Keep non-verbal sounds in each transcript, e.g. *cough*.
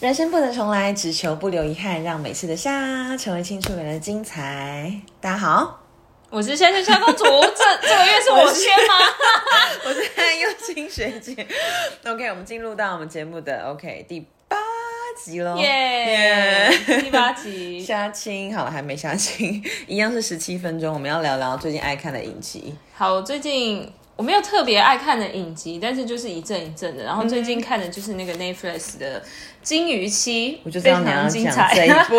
人生不能重来，只求不留遗憾，让每次的夏成为青春美人的精彩。大家好，我是仙女夏公主，这这个月是我先吗？ *laughs* *laughs* 我是汉优青学姐。OK，我们进入到我们节目的 OK 第八集喽。耶、耶第 *laughs* 八集，杀青好了，还没杀青，一样是十七分钟。我们要聊聊最近爱看的影集。好，最近我没有特别爱看的影集，但是就是一阵一阵的。然后最近看的就是那个 Netflix 的《金鱼期》，我就知非道你 *laughs* 要常讲精彩。。这一部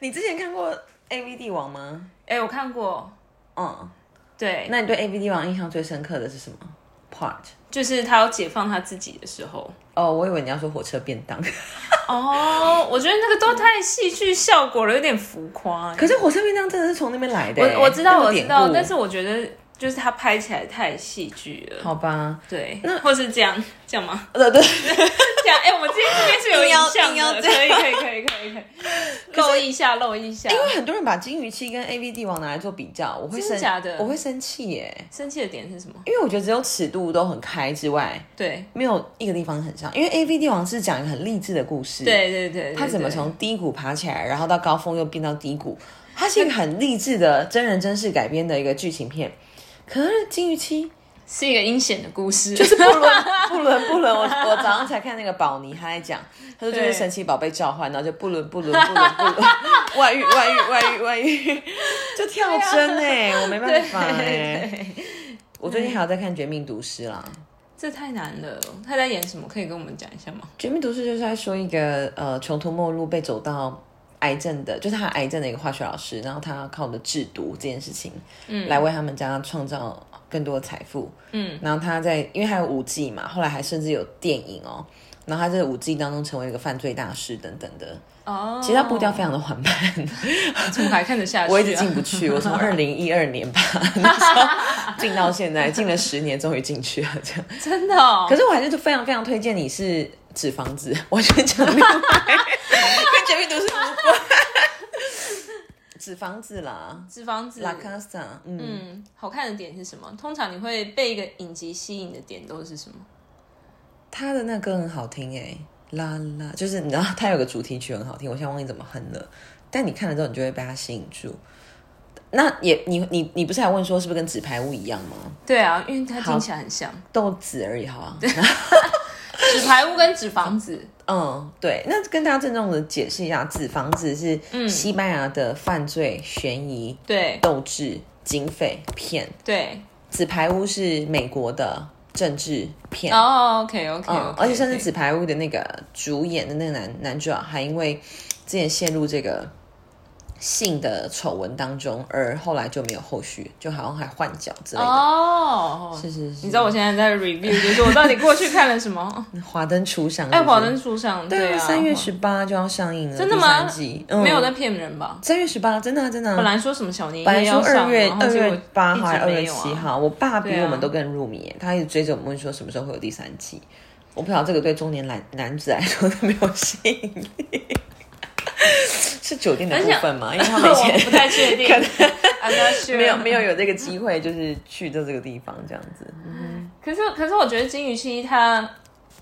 你之前看过 A V 帝王吗？ *laughs* 哎、我看过，嗯，对，那你对 A V 帝王印象最深刻的是什么？Part？就是他要解放他自己的时候。哦，我以为你要说火车便当，哦，我觉得那个都太戏剧效果了，有点浮夸、可是火车便当真的是从那边来的、欸我我知道，那个我典知故道，但是我觉得就是他拍起来太戏剧了。好 *laughs* 吧，对，那或是这样，这样吗？对对， *laughs* 这样，哎、我们今天这边是有影像硬要的，硬要可这以，可以，可以， *laughs* 可以，可以，露一下，露一下。因为很多人把金鱼期跟 A V 帝王拿来做比较，我会真的生假的我会生气耶，生气的点是什么？因为我觉得只有尺度都很开之外，对，没有一个地方很像。因为 A V 帝王是讲一个很励志的故事，对，对，对，对他怎么对从低谷爬起来，然后到高峰又变到低谷，它是一个很励志的真人真事改编的一个剧情片。可是金鱼期是一个阴险的故事？就是不伦不伦不伦，我我早上才看那个宝妮，她在讲，她说就是对神奇宝贝召唤，然后就不伦不伦不伦不伦，外遇外遇外遇外遇，就跳针哎、我没办法哎、我最近还有在看《绝命毒师》啦， *laughs* 这太难了。他在演什么？可以跟我们讲一下吗？ 《绝命毒师》就是在说一个呃穷途末路被走到癌症的，就是他癌症的一个化学老师，然后他靠着制毒这件事情，嗯，来为他们家创造更多的财富，嗯，然后他在因为还有五 G 嘛，后来还甚至有电影哦，然后他在五 G 当中成为一个犯罪大师等等的，哦，其实他步调非常的缓慢，怎么还看得下去、*laughs* 啊？我一直 *laughs* 进不去，我从二零一二年吧，那时候进到现在，进了十年，终于进去了这样。真的、哦。可是我还是非常非常推荐你是纸房子， *laughs* 完全讲另外，跟绝命毒师无关。纸房子啦纸房子， ，La Casa，嗯，嗯，好看的点是什么？通常你会被一个影集吸引的点都是什么？他的那歌很好听哎，啦啦，就是你知道他有个主题曲很好听，我现在忘记怎么哼了，但你看了之后，你就会被他吸引住。那也，你你你不是还问说是不是跟纸牌屋一样吗？对啊，因为它听起来很像豆子而已，好吧。纸牌屋跟纸房子。嗯，对，那跟大家郑重的解释一下，纸房子是西班牙的犯罪悬疑对斗志、警匪片，对，纸牌屋是美国的政治片，哦，OK OK，嗯，而且甚至纸牌屋的那个主演的那个男男主角，还因为之前陷入这个性的丑闻当中，而后来就没有后续，就好像还换角之类的。哦，是是是，你知道我现在在 review，就 *laughs* 是我到底过去看了什么？华灯初上是不哎，是， 《华灯初上》对啊，三月十嗯八就要上映了，真真的吗第三季？，没有在的，骗人吧？三月十八，真的啊真的啊。本来说什么小年本来夜说要二上，月然后二结果月八号还一是直二没月有啊七，号，我爸比对啊我们都更入迷，他一直追着我们问说什么时候会有第三季。我不晓得这个对中年男男子来说都没有吸引力，是酒店的部分吗？因为他们以 *laughs* 我不前太确定 *laughs* 可能，I'm not sure，没有没有。有这个机会，就是去到这个地方这样子。可是可是我觉得金鱼期它，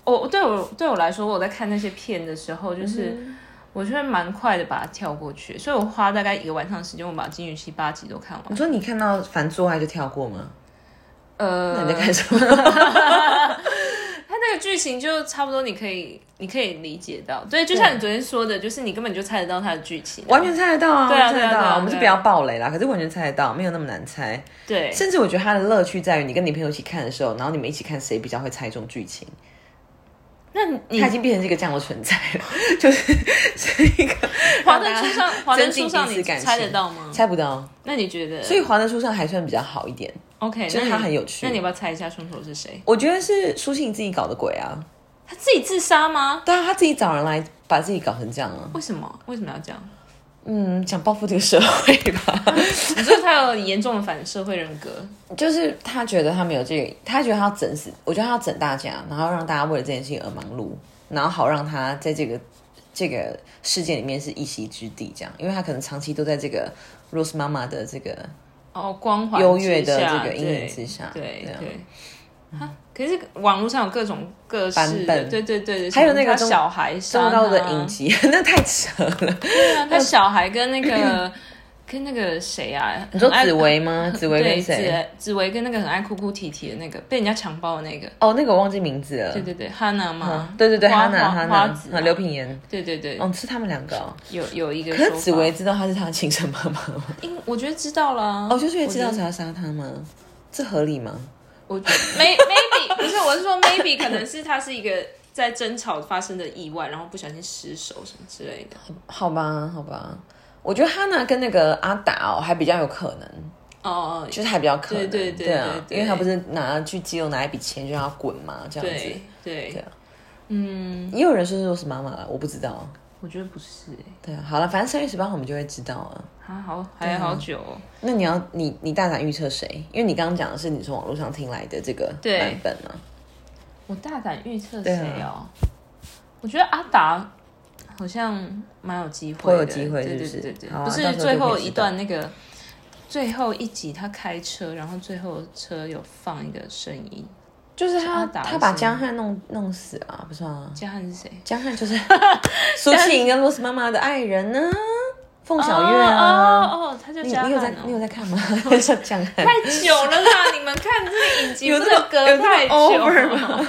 我对我对我来说，我在看那些片的时候，就是。嗯我就会蛮快的把它跳过去，所以我花大概一个晚上的时间，我把《金鱼期》八集都看完你。说你看到反做爱就跳过吗？嗯呃，你在看什么？它那个剧情就差不多，你可以你可以理解到，对，就像你昨天说的，就是你根本就猜得到它的剧情，完全猜得到啊，对啊猜得对到啊对啊我们是不要爆雷啦，可是完全猜得到，没有那么难猜。对，甚至我觉得它的乐趣在于，你跟你朋友一起看的时候，然后你们一起看谁比较会猜中剧情。那你它已经变成是一个这样的存在了，就是是一个华灯初上，华灯增初进上彼你此感情，猜得到 *laughs* 吗？猜不到，那你觉得？所以华灯初上还算比较好一点。 OK，就那是你它很有趣哦那你要不要猜一下凶手是谁？我觉得是舒淇你自己搞的鬼啊，他自己自杀吗？对啊，他自己找人来把自己搞成这样啊，为什么？为什么要这样？ *laughs* 嗯，想报复这个社会吧， *laughs* 你说他有严重的反社会人格？就是他觉得他没有这个，他觉得他要整死，我觉得他要整大家，然后让大家为了这件事情而忙碌，然后好让他在这个这个事件里面是一席之地，这样，因为他可能长期都在这个 Rose 妈妈的这个哦，光环优越的之下这个阴影之下对对对啊对，可是网络上有各种各式版的，本对对对，还有那个什中么他小孩中伤高啊的影集， *laughs* 那太扯了。 *laughs* 对啊，他小孩跟那个 *clears throat* 跟那个谁啊，你说很爱紫薇吗？紫薇对跟紫谁？薇紫薇跟那个很爱哭哭啼啼的那个被人家强暴的那个，哦，那个我忘记名字了对。对对，汉娜嘛嗯，对对对，花哈花娜哈花啊娜子嘛和刘品言，对对对，嗯，是他们两个哦。有有一个可说是法。紫薇知道她是他的亲生妈妈吗？因我觉得知道了，哦，就是因为知道我觉得才要杀他吗？这合理吗？我 *laughs* may maybe 不是，我是说 maybe 可能是他是一个在争吵发生的意外，然后不小心失手什么之类的。好吧，好吧，我觉得哈娜跟那个阿达哦，还比较有可能，哦，哦就是还比较可能，对对对啊对对因为他不是拿去基隆拿一笔钱就让他滚嘛，这样子对。对，嗯啊也有人说是罗斯妈妈了，我不知道。我觉得不是哎，对啊，好了，反正三月十八号我们就会知道啊了。还好还好久哦。那你要你你大胆预测谁？因为你刚刚讲的是你从网络上听来的这个对版本嘛。我大胆预测对谁啊哦？我觉得阿达好像蛮有机会会的，有机会对是不对是对对，好啊不到是时候最就可以后知一道段那个最后一集他开车，然后最后车有放一个声音，就是他，阿达他把是江汉弄弄死啊，不是吗？加汉是谁？江汉 *laughs* 就是苏庆莹跟罗斯妈妈的爱人呢、凤小岳哦啊。哦，哦他就你加你汉有在哦你有在看 *laughs* 吗？叫江汉，太久了啦！你们看这个影集有真这的么隔有这么太久 over 了， *laughs*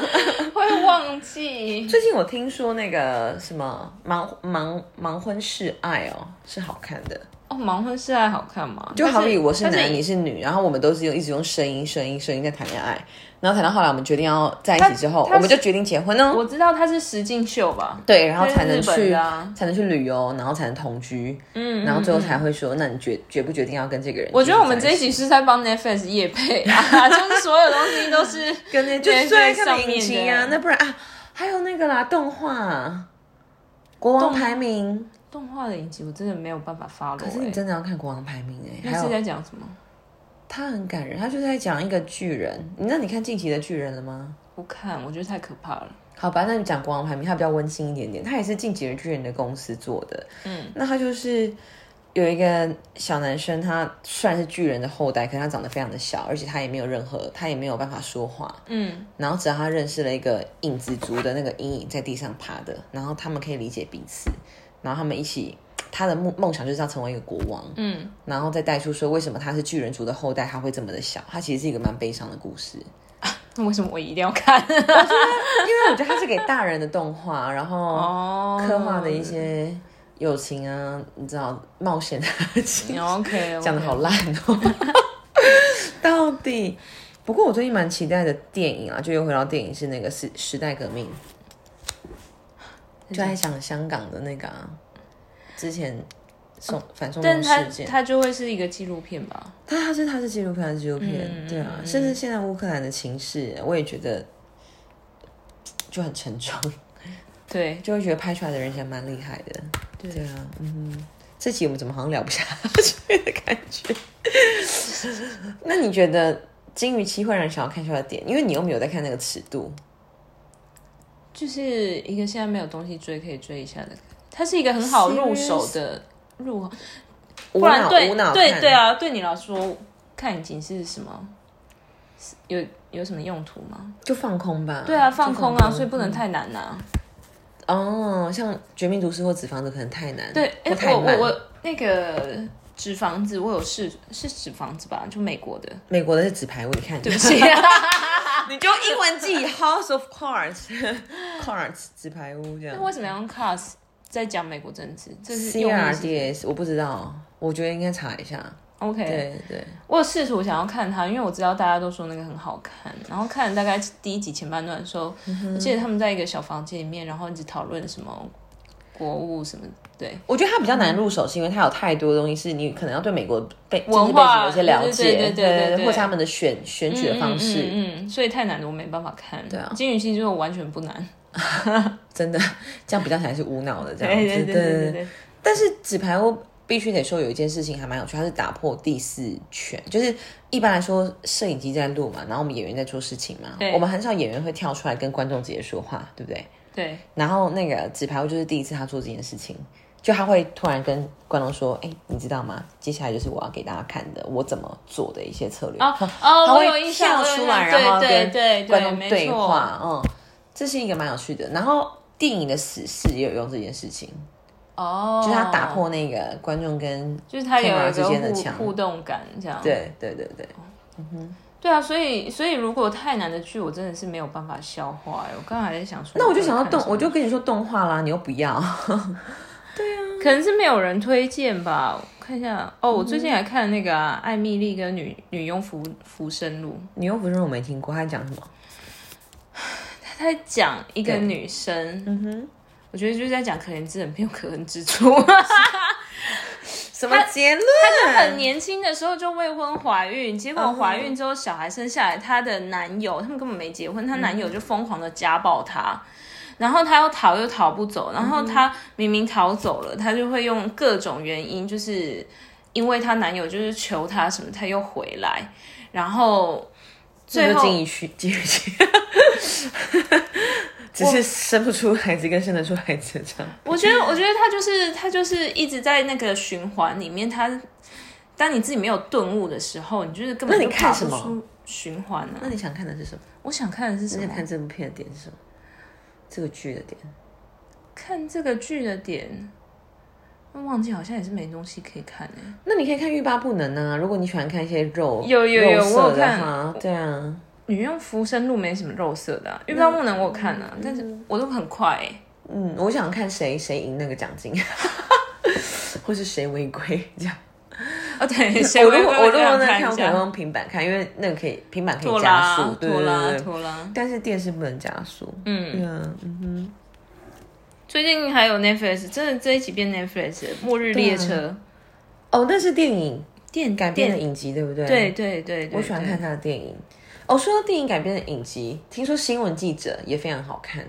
会忘记。最近我听说那个什么盲盲盲婚示爱哦，是好看的，哦，盲婚示爱好看吗？就好比我是但男你是女，然后我们都是用一直用声音声音声音在谈恋爱，然后谈到后来我们决定要在一起之后，他他我们就决定结婚哦，我知道他是实境秀吧？对，然后才能这是日本去、的啊才能去旅游，然后才能同居，嗯，然后最后才嗯。嗯会说，那你决决不决定要跟这个人？我觉得我们这一集是在帮 Netflix 夜配 *laughs* 啊，就是所有东西都是跟那就是对最爱在看上的影面集的啊，那不然啊，还有那个啦，动画。国王排名，动画的影集，我真的没有办法发落、可是你欸。真的要看国王排名哎、那还是有在讲什么？他很感人，他就是在讲一个巨人。你那你看《近期的巨人》了吗？不看，我觉得太可怕了。好吧，那你讲国王排名，它比较温馨一点点。它也是《进击的巨人》的公司做的。嗯，那他就是有一个小男生，他虽然是巨人的后代，可是他长得非常的小，而且他也没有任何，他也没有办法说话。嗯，然后只要他认识了一个影子族的那个阴影在地上爬的，然后他们可以理解彼此，然后他们一起，他的梦梦想就是要成为一个国王，嗯，然后再带出说为什么他是巨人族的后代，他会这么的小，他其实是一个蛮悲伤的故事，因那为什么我一定要看？为我觉得它是给大人的动画，然后 *laughs* 哦，刻画的一嗯些友情啊，你知道冒险的情嗯 OK，讲的好烂哦， *laughs* 到底。不过我最近蛮期待的电影啊，就又回到电影是那个时时代革命，就在讲香港的那个、啊、之前送哦反送但中它事件，它就会是一个纪录片吧？他他是他是纪录片，他是纪录片，嗯对啊，嗯甚至现在乌克兰的情势，我也觉得就很沉重，对，就会觉得拍出来的人其实蛮厉害的，对对啊，嗯哼，这期我们怎么好像聊不下去的感觉？ *laughs* 那你觉得金鱼期会让人想要看出来的点，因为你又没有在看那个尺度，就是一个现在没有东西追可以追一下的，它是一个很好入手的入，无不然脑对无脑对看对，啊，对你来说看影集是什么？是有有什么用途吗？就放空吧，对啊，就放空啊，所以嗯不能太难啊。哦，像《绝命毒师》或《纸房子》可能太难，对，哎、或太我慢。我我那个纸房子，我有试是纸房子吧，就美国 *laughs* 的，美国的是纸牌屋，你看，对 *laughs* 不起，你就英文 *laughs* 记 House of Cards，Cards 纸牌屋这样那。为什么要用 cars 在讲美国政治？这是 C 用意 R 是 D S 我不知道，我觉得应该查一下。 OK，对对，我有试图想要看它，因为我知道大家都说那个很好看，然后看了大概第一集前半段的时候，嗯我记得他们在一个小房间里面，然后一直讨论什么国务什么，对，我觉得它比较难入手，是因为它有太多东西是你可能要对美国背嗯政文治背景化有一些了解，对对对对对对或者他们的选选举的方式，嗯嗯嗯，所以太难了，我没办法看。对啊金鱼系就完全不难。真的这样比较起来是无脑的这样哎对子。对对对对对，但是纸牌屋必须得说有一件事情还蛮有趣，它是打破第四圈，就是一般来说摄影机在录嘛，然后我们演员在做事情嘛，我们很少演员会跳出来跟观众直接说话，对不对？对然后那个纸牌屋就是第一次他做这件事情，就他会突然跟观众说：“哎、你知道吗？接下来就是我要给大家看的，我怎么做的一些策略。哦哦，他我有会印象，跳我有出印来，象然后对对对跟观众没对错话，嗯，这是一个蛮有趣的。然后电影的死侍也有用这件事情，哦，就是他打破那个观众跟就是它有一 camera 之个间的互墙互动感，这样对对对哦对，对啊，所以所以如果太难的剧，我真的是没有办法消化、欸。我刚才还在想说，那我就想到会看动什，么我就跟你说动画啦，你又不要， *laughs* 可能是没有人推荐吧。我看一下哦，我嗯最近还看那个、啊艾米丽跟女女佣浮浮生录》，你又不是我没听过，他在讲什么？她在讲一个对女生，嗯哼，我觉得就是在讲可怜之人偏有可恨 *laughs* 之处。什么结论？很年轻的时候就未婚怀孕，结果怀孕之后小孩生下来，她的男友他们根本没结嗯婚，她男友就疯狂的家暴她。然后她又逃又逃不走，然后她明明逃走了，她就会用各种原因，就是因为她男友就是求她什么，她又回来，然后最就后进一去，进一 *laughs* 去，只是生不出孩子跟生得出孩子这样。我觉得，我觉得他就是他就是一直在那个循环里面。他当你自己没有顿悟的时候，你就是根本那就你看爬不什么出循环啊那。你想看的是什么？我想看的是什你么？想看这部片的点是什么？这个剧的点？看这个剧的点，那忘记好像也是没东西可以看欸诶、那你可以看欲罢不能啊！如果你喜欢看一些肉，有有肉有我色的有看话，对啊，女佣浮生路没什么肉色的、啊，欲罢不能我有看啊，但是我都很快、欸。嗯，我想看谁谁赢那个奖金， *laughs* 或是谁违规这样。*laughs* 哦，对，谁我会如果我如果那个看看，我可能会一下？用平板看，因为那个可以平板可拖以加拉速，，对拖拉，对对。拖拉。但是电视不能加速。嗯嗯嗯哼。最近还有 Netflix，真的这一集变 Netflix，《末日列车》哦，那是啊电影电改编的影集，对不对？对对对对，我喜欢看他的电影。哦，说到电影改编的影集，听说《新闻记者》也非常好看。《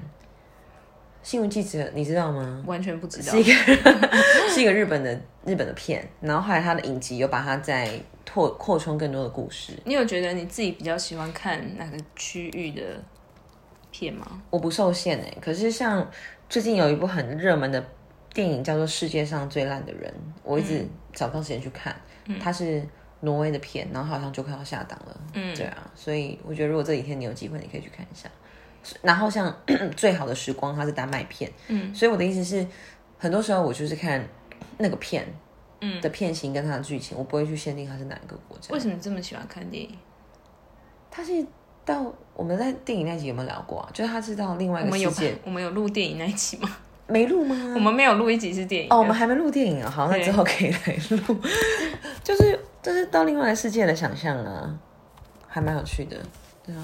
新闻记者》你知道 *gasps* 吗？完全不知道是一个是一个日本的日本的片，然后后来他的影集又把它再拓扩充更多的故事。你有觉得你自己比较喜欢看哪个区域的片吗？我不受限哎、可是像最近有一部很热门的电影叫做《世界上最烂的人》，我一嗯直找不到时间去看。它是挪威的片，然后好像就快要下档了。嗯，对啊，所以我觉得如果这几天你有机会，你可以去看一下。然后像 *clears throat* 最好的时光，它是丹麦片。嗯，所以我的意思是，很多时候我就是看那个片。嗯的片型跟它的剧情，我不会去限定它是哪一个国家。为什么你这么喜欢看电影？它是到我们在电影那集有没有聊过啊？就是它是到另外一我个们有世界， *laughs* 我们有录电影那一集吗？没录吗？我们没有录一集是电影的哦，我们还没录电影啊，好，那对之后可以来录， *laughs* 就是就是到另外世界的想象啊，还蛮有趣的，对啊，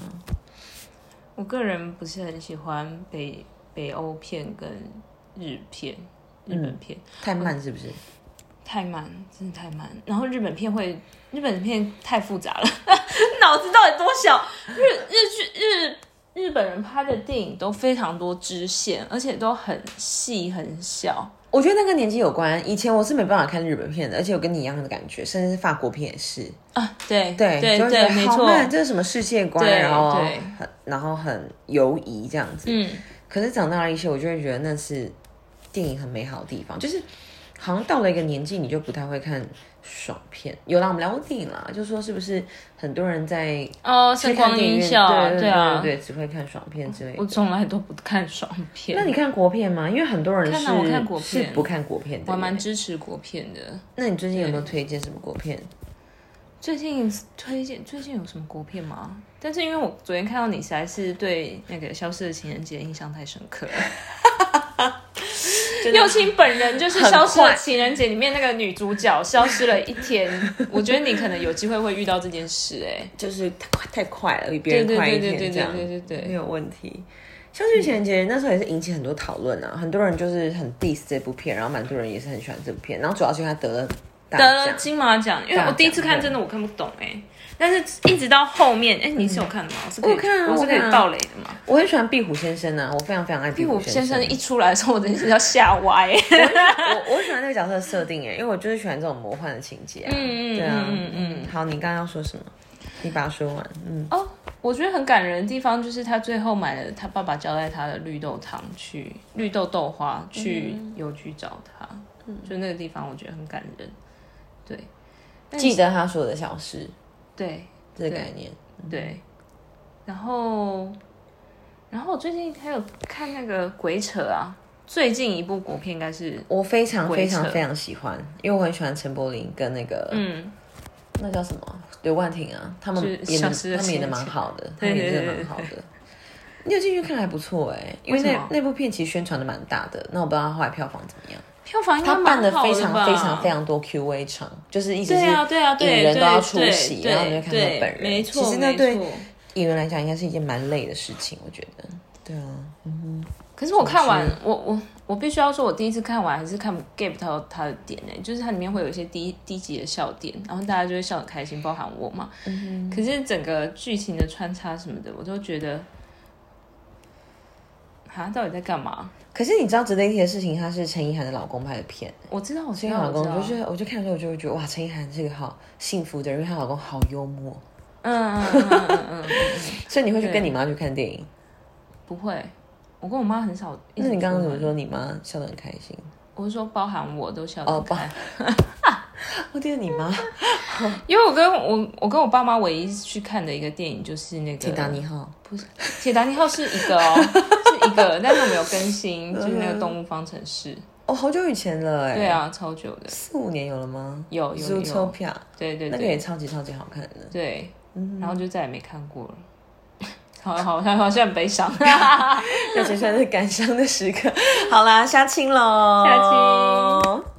我个人不是很喜欢北北欧片跟日片，日嗯本片、太慢是不是？太慢，真的太慢。然后日本片会，日本片太复杂了， *laughs* 脑子到底多小？日日剧日日本人拍的电影都非常多支线，而且都很细很小。我觉得那跟年纪有关，以前我是没办法看日本片的，而且我跟你一样的感觉，甚至是法国片也是，啊，对对对就会觉得对，没好错，慢这是什么世界观，对然后对很然后很犹疑这样子，嗯，可是长大了一些，我就会觉得那是电影很美好的地方，就是好像到了一个年纪，你就不太会看爽片。有啦，我们聊过电影啦，就说是不是很多人在哦，声去看光电影音院效，对对啊，对，只会看爽片之类我的。从来都不看爽片，那你看国片吗？因为很多人看是啊我看国片是不看国片的耶。我还蛮支持国片的。那你最近有没有推荐什么国片？最近推荐最近有什么国片吗？但是因为我昨天看到你实在是对那个《消失的情人节》印象太深刻了。真的 *laughs* 六亲本人就是《很消失的快情人节》里面那个女主角消失了一天，我觉得你可能有机会会遇到这件事、哎，就是太快太快了，比别对人对快对一对对天这对呃样。对对对没，有问题。消失情人节那时候也是引起很多讨论啊，很多人就是很 diss 这部片，然后蛮多人也是很喜欢这部片，然后主要是因为他得了大得了奖。金马奖，因为大我奖第一次看对真的我看不懂哎、但是一直到后面哎、你是有看的吗？我是可以我看啊我是可我看以啊爆雷的嘛。我很喜欢壁虎先生啊，我非常非常爱壁壁虎虎先生生一出来的时候，我真的是要吓歪、欸。我我喜欢那个角色的设定哎，因为我就是喜欢这种魔幻的情节、啊。嗯 *laughs* 嗯对啊，嗯嗯嗯。好，你刚刚要说什么？你把它说完。嗯，哦，我觉得很感人的地方就是他最后买了他爸爸交代他的绿豆汤去绿豆豆花去邮局找他。嗯，就那个地方我觉得很感人。对记得他说的小事对这个概念。对，然后然后我最近还有看那个《鬼扯》啊，最近一部国片应该是我非常非常鬼扯非常喜欢，因为我很喜欢陈柏霖跟那个、嗯。那叫什么刘冠廷啊，他们就是演的消失的他们演的亲蛮情好的，他对们对演的对蛮对好的。你有进去看还不错哎、因为为什那么那部片其实宣传的蛮大的，那我不知道它后来票房怎么样。票房应该他办蛮了好非的常吧？非常非常多 Q&A 场，就是一直是对啊，对啊，对演员都对要出对席对然后你就看他对本人没错，其实那对没错演员来讲，应该是一件蛮累的事情，我觉得。对啊，可是我看完，我我我必须要说，我第一次看完还是看 get 不到他的点呢、就是它里面会有一些低低级的笑点，然后大家就会笑得很开心，包含我嘛。嗯可是整个剧情的穿插什么的，我都觉得，啊，到底在干嘛？可是你知道值得一提的事情，她是陈意涵的老公拍的片，我知道，我知陈意道，涵老哦公我知道，就是我就看的时候我就会觉得哇，陈意涵是个好幸福的人，因为她老公好幽默，嗯嗯嗯嗯嗯嗯，所以你会去对跟你妈去看电影。不会，我跟我妈很少。那你刚刚怎么说？说？你妈笑得很开心。啊我是说，包含我都笑哦得包开。我记得你妈因为我跟我我跟我爸妈唯一去看的一个电影就是那《个铁达尼号不是《铁达尼号》是一 *laughs* 个哦，是一个，但是我没有更新，就是嗯那个《动物方程式》。》哦，好久以前了哎，对，啊，超久的，四五年有了吗？有有有， Zootopia 对对那个也嗯对超级超级好看的。对，然后就再也没看过了。 *laughs* 好好像好像很悲伤，那就算是感伤的时刻。好啦，下青喽，下青。